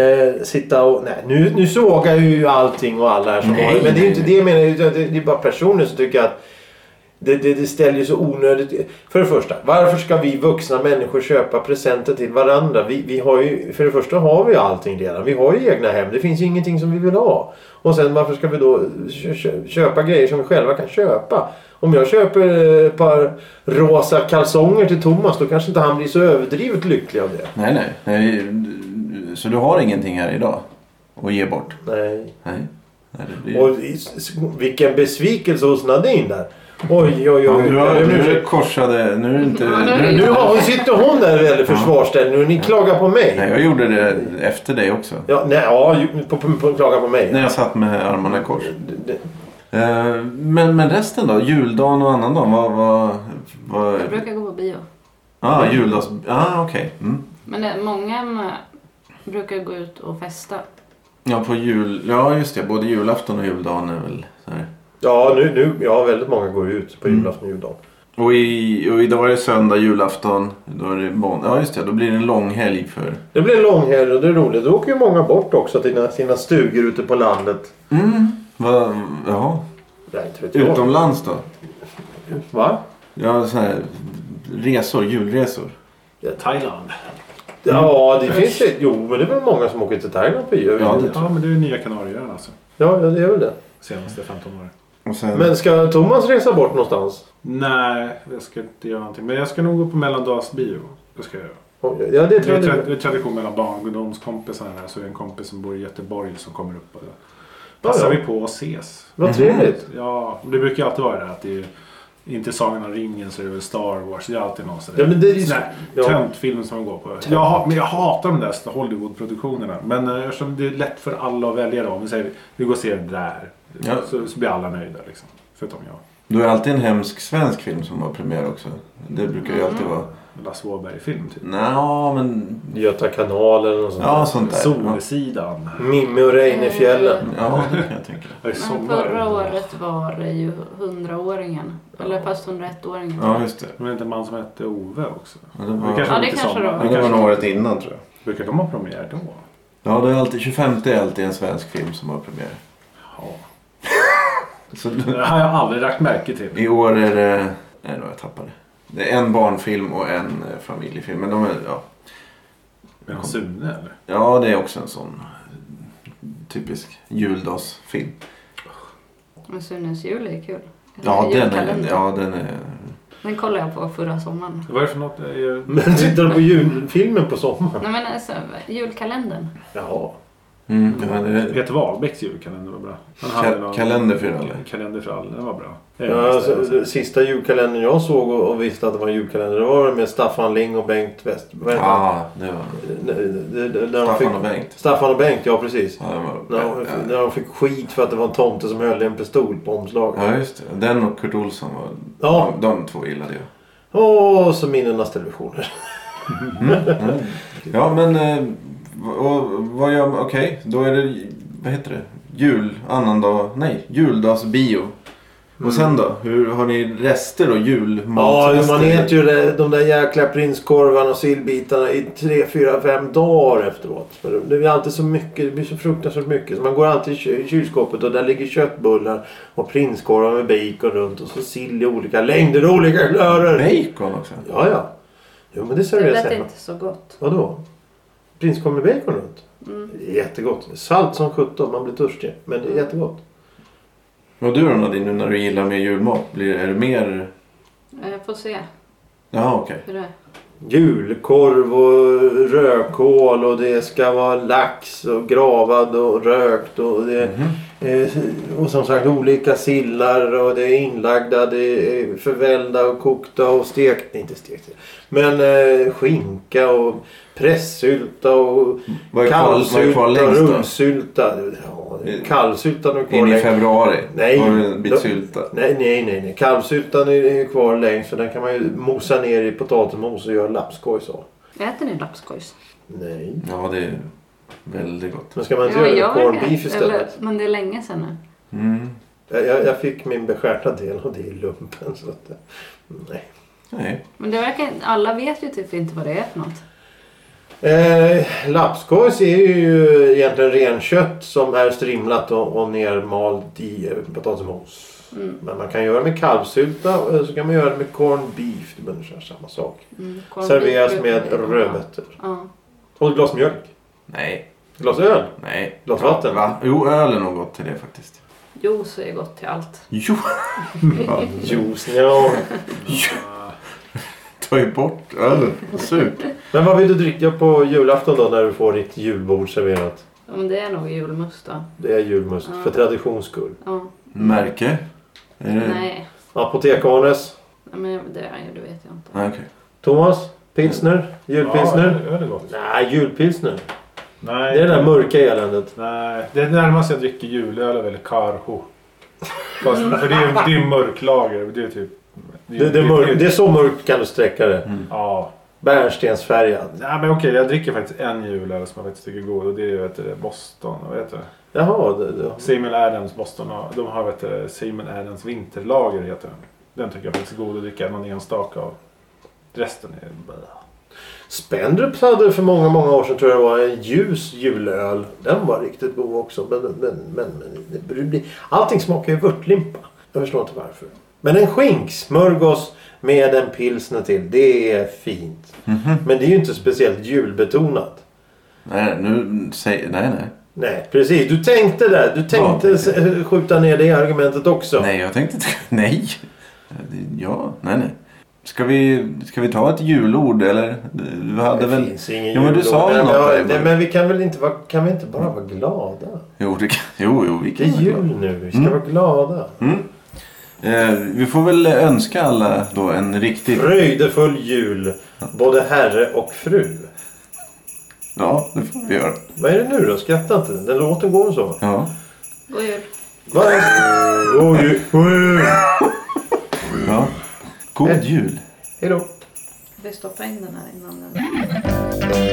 [SPEAKER 2] Eh, sitta och... Nej, nu, nu sågar jag ju allting och alla här som
[SPEAKER 1] Nej,
[SPEAKER 2] har det. Men det är ju inte
[SPEAKER 1] nej,
[SPEAKER 2] det jag menar. utan Det, det är bara personer som tycker att det, det, det ställer ju så onödigt... För det första, varför ska vi vuxna människor köpa presenter till varandra? Vi, vi har ju, för det första har vi ju allting redan. Vi har ju egna hem. Det finns ju ingenting som vi vill ha. Och sen varför ska vi då kö- kö- köpa grejer som vi själva kan köpa? Om jag köper eh, ett par rosa kalsonger till Thomas då kanske inte han blir så överdrivet lycklig av det.
[SPEAKER 1] Nej, nej, nej. Så du har ingenting här idag att ge bort?
[SPEAKER 2] Nej.
[SPEAKER 1] Nej. nej det blir...
[SPEAKER 2] Och s- s- vilken besvikelse hos Nadine där. Oj, oj, oj.
[SPEAKER 1] Ja, du har,
[SPEAKER 2] Jag ber om
[SPEAKER 1] nu är det
[SPEAKER 2] ursäkt.
[SPEAKER 1] korsade... Nu är det inte...
[SPEAKER 3] Ja, nu är det-
[SPEAKER 1] nu,
[SPEAKER 2] nu har hon, sitter hon där i väldigt försvarsställning och ni klagar på
[SPEAKER 1] nej,
[SPEAKER 2] mig.
[SPEAKER 1] jag gjorde det efter dig också.
[SPEAKER 2] Ja, nej, ja ju- på, på, på, klagar på mig.
[SPEAKER 1] När jag satt med armarna i kors.
[SPEAKER 2] Det-
[SPEAKER 1] Eh, Men, men resten då? Juldagen och annandagen? Vad... vad, vad...
[SPEAKER 3] Jag brukar gå på bio.
[SPEAKER 1] Ah, juldags... Ah, okej. Mm.
[SPEAKER 3] Men det, många med, brukar gå ut och festa.
[SPEAKER 1] Ja, på jul... Ja, just det. Både julafton och juldagen är väl så här.
[SPEAKER 2] Ja, nu, nu, ja, väldigt många går ut
[SPEAKER 1] Mm.
[SPEAKER 2] på julafton och juldagen.
[SPEAKER 1] Och, i, och idag är det söndag, julafton. Då är det bon... Ja, just det. Då blir det en lång helg för...
[SPEAKER 2] Det blir en lång helg och det är roligt. Då åker ju många bort också till sina, sina stugor ute på landet.
[SPEAKER 1] Mm. Va... Jaha.
[SPEAKER 2] Nej, inte vet jag.
[SPEAKER 1] Utomlands då?
[SPEAKER 2] Va?
[SPEAKER 1] Ja, så här... Resor. Julresor.
[SPEAKER 4] Thailand.
[SPEAKER 1] Mm.
[SPEAKER 2] Ja, det finns ju... Jo, men det är väl många som åker till Thailand på jul.
[SPEAKER 1] Ja,
[SPEAKER 2] Ja,
[SPEAKER 1] det-
[SPEAKER 4] Ja, men det är ju Nya Kanarieöarna alltså.
[SPEAKER 2] ja, det är väl det.
[SPEAKER 4] Senaste 15 åren.
[SPEAKER 1] Och sen...
[SPEAKER 2] Men ska Thomas resa bort någonstans?
[SPEAKER 4] Nej, jag ska inte göra någonting. Men jag ska nog gå på mellandagsbio. Det ska jag göra.
[SPEAKER 2] Oj, Ja, det
[SPEAKER 4] Det
[SPEAKER 2] tror
[SPEAKER 4] är,
[SPEAKER 2] jag.
[SPEAKER 4] tra-
[SPEAKER 2] det-
[SPEAKER 4] det är tradition mellan barndomskompisarna här. Så är det en kompis som bor i Göteborg som kommer upp. Och då
[SPEAKER 2] Ja,
[SPEAKER 4] passar
[SPEAKER 2] ja.
[SPEAKER 4] vi på att ses.
[SPEAKER 2] Vad trevligt.
[SPEAKER 4] Ja, det brukar ju alltid vara det. Att det är, inte Sagan om ringen så är det väl Star Wars. Det är alltid någon sån där-
[SPEAKER 2] Ja, men det är ju-
[SPEAKER 4] sån där
[SPEAKER 2] ja.
[SPEAKER 4] töntfilm som man går på. Jag, ha- men jag hatar de där Hollywood-produktionerna. Men eh, eftersom det är lätt för alla att välja då. Om vi säger vi går och ser den där.
[SPEAKER 1] Ja.
[SPEAKER 4] Så, så blir alla nöjda liksom. Förutom jag.
[SPEAKER 1] Du är alltid en hemsk svensk film som har premiär också. Det brukar ju alltid vara...
[SPEAKER 4] Lasse Åberg-film typ.
[SPEAKER 1] Nja, men...
[SPEAKER 2] Göta kanal eller något sånt.
[SPEAKER 1] Ja, sånt där. Ja,
[SPEAKER 4] Solsidan.
[SPEAKER 2] Mimmi och Reinefjällen.
[SPEAKER 1] ja det kan jag tänka.
[SPEAKER 4] Jag är
[SPEAKER 3] Men
[SPEAKER 4] sommar.
[SPEAKER 3] förra året var det ju hundraåringen. Eller fast 101-åringen.
[SPEAKER 1] Ja, just det.
[SPEAKER 4] Det var inte en man som hette Ove också.
[SPEAKER 1] Ja, det
[SPEAKER 4] Det
[SPEAKER 1] var,
[SPEAKER 4] kanske
[SPEAKER 3] Ja, det
[SPEAKER 4] inte
[SPEAKER 3] kanske
[SPEAKER 4] sommar.
[SPEAKER 3] det var.
[SPEAKER 1] ja, det var nog året innan tror jag.
[SPEAKER 4] Brukar de ha premiär då?
[SPEAKER 1] Ja, det är alltid, 25 är alltid en svensk film som har premiär.
[SPEAKER 4] Ja.
[SPEAKER 1] Så,
[SPEAKER 4] Det har jag aldrig lagt märke till.
[SPEAKER 1] I år är det... Nej, då jag tappade. Det är en barnfilm och en eh, familjefilm. Men de är, ja.
[SPEAKER 4] Men Sune eller?
[SPEAKER 1] ja, det är också en sån typisk juldagsfilm.
[SPEAKER 3] Men Sunes jul är kul.
[SPEAKER 1] Ja, den är...
[SPEAKER 3] Julkalender.
[SPEAKER 1] Ja, den är
[SPEAKER 3] Den kollade jag på förra sommaren.
[SPEAKER 4] Vad är det för något? Eh, Det är ju-
[SPEAKER 2] Mm. Men tittar du på julfilmen på sommaren?
[SPEAKER 3] Nej men alltså, julkalendern.
[SPEAKER 2] Jaha.
[SPEAKER 1] mm, ja, det är
[SPEAKER 4] Peter Wahlbecks julkalender var bra. Han hade
[SPEAKER 1] ka-
[SPEAKER 4] någon-
[SPEAKER 1] kalender för alla.
[SPEAKER 4] Kalender för alla var bra. Det är
[SPEAKER 2] Ja,
[SPEAKER 4] det
[SPEAKER 2] alltså,
[SPEAKER 4] bästa jag har
[SPEAKER 2] det
[SPEAKER 4] sett.
[SPEAKER 2] sista julkalendern jag såg och, och visste att det var en julkalender det var den med Staffan Ling och Bengt Westberg.
[SPEAKER 1] Ja, det var...
[SPEAKER 2] N- n- n- när de
[SPEAKER 1] Staffan
[SPEAKER 2] fick-
[SPEAKER 1] och Bengt.
[SPEAKER 2] Staffan och Bengt, ja precis.
[SPEAKER 1] Ja, det var,
[SPEAKER 2] När de,
[SPEAKER 1] ja,
[SPEAKER 2] när de fick skit för att det var en tomte som höll i en pistol på omslaget.
[SPEAKER 1] ja, just det. Den och Kurt Olsson var...
[SPEAKER 2] Ja.
[SPEAKER 1] De, de två gillade jag.
[SPEAKER 2] Åh, så minnenas televisioner.
[SPEAKER 1] Mm. Ja, men... eh, Och, vad gör man? Okej, då är det... Vad heter det? Jul, annandag... Nej, juldagsbio. Och sen då? Hur Har ni rester och
[SPEAKER 2] Mm. Ja,
[SPEAKER 1] julmatrester?
[SPEAKER 2] man äter ju det- de där jäkla prinskorvarna och sillbitarna i tre, fyra, fem dagar efteråt. För det- Det blir alltid så mycket, det blir så fruktansvärt mycket. Så man går alltid i kö- i kylskåpet och där ligger köttbullar och prinskorvar med bacon runt och så sill i olika längder och olika kulörer.
[SPEAKER 1] Bacon också?
[SPEAKER 2] Ja, ja. Jo, men det är
[SPEAKER 3] Det
[SPEAKER 2] seriöst
[SPEAKER 3] lät
[SPEAKER 2] hemma.
[SPEAKER 3] inte så gott.
[SPEAKER 2] Vadå? Prinskorv med bacon runt? Jättegott. Salt som sjutton, man blir törstig. Men det är jättegott.
[SPEAKER 1] Och du då Nadine, nu när du gillar mer julmat? Blir, är det mer...
[SPEAKER 3] Jag får se
[SPEAKER 1] Jaha, okej.
[SPEAKER 3] hur det är.
[SPEAKER 2] Julkorv och rödkål och det ska vara lax och gravad och rökt och det,
[SPEAKER 1] Mhm.
[SPEAKER 2] Eh, Och som sagt olika sillar och det är inlagda, det är förvällda och kokta och stekt. nej, Inte stekt. Men eh, skinka och pressylta och
[SPEAKER 1] Vad är kvar- vad är
[SPEAKER 2] kallsylta
[SPEAKER 1] kvar
[SPEAKER 2] och
[SPEAKER 1] längst då? Eh,
[SPEAKER 2] rullsylta. Ja, det är kallsyltan är kvar
[SPEAKER 1] In i
[SPEAKER 2] längst.
[SPEAKER 1] februari?
[SPEAKER 2] Nej.
[SPEAKER 1] Har du en
[SPEAKER 2] Då-
[SPEAKER 1] bit sylta?
[SPEAKER 2] Nej, nej, nej. nej. Kalvsyltan är är kvar längst för den kan man ju mosa ner i potatismos och göra lapskojs av.
[SPEAKER 3] Äter ni lapskojs?
[SPEAKER 2] Nej.
[SPEAKER 1] Ja, det är väldigt gott.
[SPEAKER 2] Men ska man inte
[SPEAKER 3] Ja,
[SPEAKER 2] göra det corned
[SPEAKER 3] verkar-
[SPEAKER 2] beef istället?
[SPEAKER 3] eller- Men det är länge sedan nu.
[SPEAKER 1] Mm.
[SPEAKER 2] Jag, jag, jag fick min beskärda del och det i lumpen. Så att, eh, nej.
[SPEAKER 1] Nej.
[SPEAKER 3] Men det verkar, alla vet ju typ inte vad det är för något.
[SPEAKER 2] Eh, lapskojs är ju egentligen renkött som är strimlat och, och nermald i eh, potatismos.
[SPEAKER 3] Mm.
[SPEAKER 2] Men man kan göra det med kalvsylta och eh, så kan man göra det med corned beef. Det är ungefär samma sak.
[SPEAKER 3] Mm, corned
[SPEAKER 2] Serveras
[SPEAKER 3] beef
[SPEAKER 2] med
[SPEAKER 3] brukar-
[SPEAKER 2] rödbetor.
[SPEAKER 3] Ja.
[SPEAKER 2] Och ett glas mjölk.
[SPEAKER 1] Nej.
[SPEAKER 2] Ett glas öl.
[SPEAKER 1] Nej.
[SPEAKER 2] Glas vatten.
[SPEAKER 1] Va? Jo, öl är nog gott till det faktiskt.
[SPEAKER 3] Juice är gott till allt.
[SPEAKER 1] Jo! Ja,
[SPEAKER 2] Juice, ja.
[SPEAKER 1] Ta ju bort ölen. Sup.
[SPEAKER 2] Men vad vill du dricka på julafton då när du får ditt julbord serverat?
[SPEAKER 3] Ja, men det är nog julmust då.
[SPEAKER 2] Det är julmust
[SPEAKER 3] Ja.
[SPEAKER 2] för traditions skull.
[SPEAKER 3] Ja.
[SPEAKER 1] Märke? Är det...
[SPEAKER 3] Nej.
[SPEAKER 2] Apotek-Arnes.
[SPEAKER 3] Nej, men det är ju, det vet jag inte.
[SPEAKER 1] Nej, okej.
[SPEAKER 2] Thomas? Pilsner? Julpilsner?
[SPEAKER 4] Ja, öl är gott.
[SPEAKER 2] Nej, julpilsner. Det
[SPEAKER 4] Nej,
[SPEAKER 2] är det där mörka eländet.
[SPEAKER 4] Nej, det närmaste jag dricker julöl är väl Karho. Fast, för det är ju mörklager. Det är typ...
[SPEAKER 2] Det, det, är mörk, det är så mörkt kan du sträcka det.
[SPEAKER 1] Mm.
[SPEAKER 4] Ja.
[SPEAKER 2] Bärnstensfärgad.
[SPEAKER 4] Nej men okej, jag dricker faktiskt en julöl som jag faktiskt tycker är god och det är vet du, Boston. Vad heter det?
[SPEAKER 2] Jaha, det, det.
[SPEAKER 4] Simon Adams Boston. har- De har vet du, Simon Adams vinterlager heter den. Den tycker jag faktiskt är god att dricka någon enstaka av. Resten är...
[SPEAKER 2] Spendrups hade för många, många år sedan tror jag det var en ljus julöl. Den var riktigt god också. Men, men, men, men det blir- allting smakar ju vörtlimpa. Jag förstår inte varför. Men en skinksmörgås med en pilsner till. Det är fint.
[SPEAKER 1] Mhm.
[SPEAKER 2] Men det är ju inte speciellt julbetonat.
[SPEAKER 1] Nej, nu säger... Nej, nej.
[SPEAKER 2] Nej, precis. Du tänkte där. Du tänkte
[SPEAKER 1] Ja,
[SPEAKER 2] s- skjuta ner det argumentet också.
[SPEAKER 1] Nej, jag tänkte inte... Nej. Det- Ja, nej, nej. Ska vi, ska vi ta ett julord eller? Du hade
[SPEAKER 2] Det
[SPEAKER 1] väl...
[SPEAKER 2] finns ingen
[SPEAKER 1] Jo, men du sa
[SPEAKER 2] julord.
[SPEAKER 1] väl
[SPEAKER 2] Men-
[SPEAKER 1] något där i
[SPEAKER 2] men,
[SPEAKER 1] början?
[SPEAKER 2] nej, men vi kan väl inte, vara, kan vi inte bara vara glada?
[SPEAKER 1] Jo, det kan... jo, jo, vi
[SPEAKER 2] Det
[SPEAKER 1] kan
[SPEAKER 2] är jul nu. Vi ska
[SPEAKER 1] Mm.
[SPEAKER 2] vara glada.
[SPEAKER 1] Eh, vi får väl önska alla då en riktig...
[SPEAKER 2] Fröjdefull jul, både herre och fru.
[SPEAKER 1] Ja, det får vi göra.
[SPEAKER 2] Vad är det nu då? Skratta inte. Den låten går så.
[SPEAKER 1] Ja.
[SPEAKER 3] God jul.
[SPEAKER 2] Vad är det? God jul! God jul!
[SPEAKER 1] ja. God
[SPEAKER 2] Eh.
[SPEAKER 1] jul.
[SPEAKER 2] Hej då!
[SPEAKER 3] Vi stoppar in den här innan den...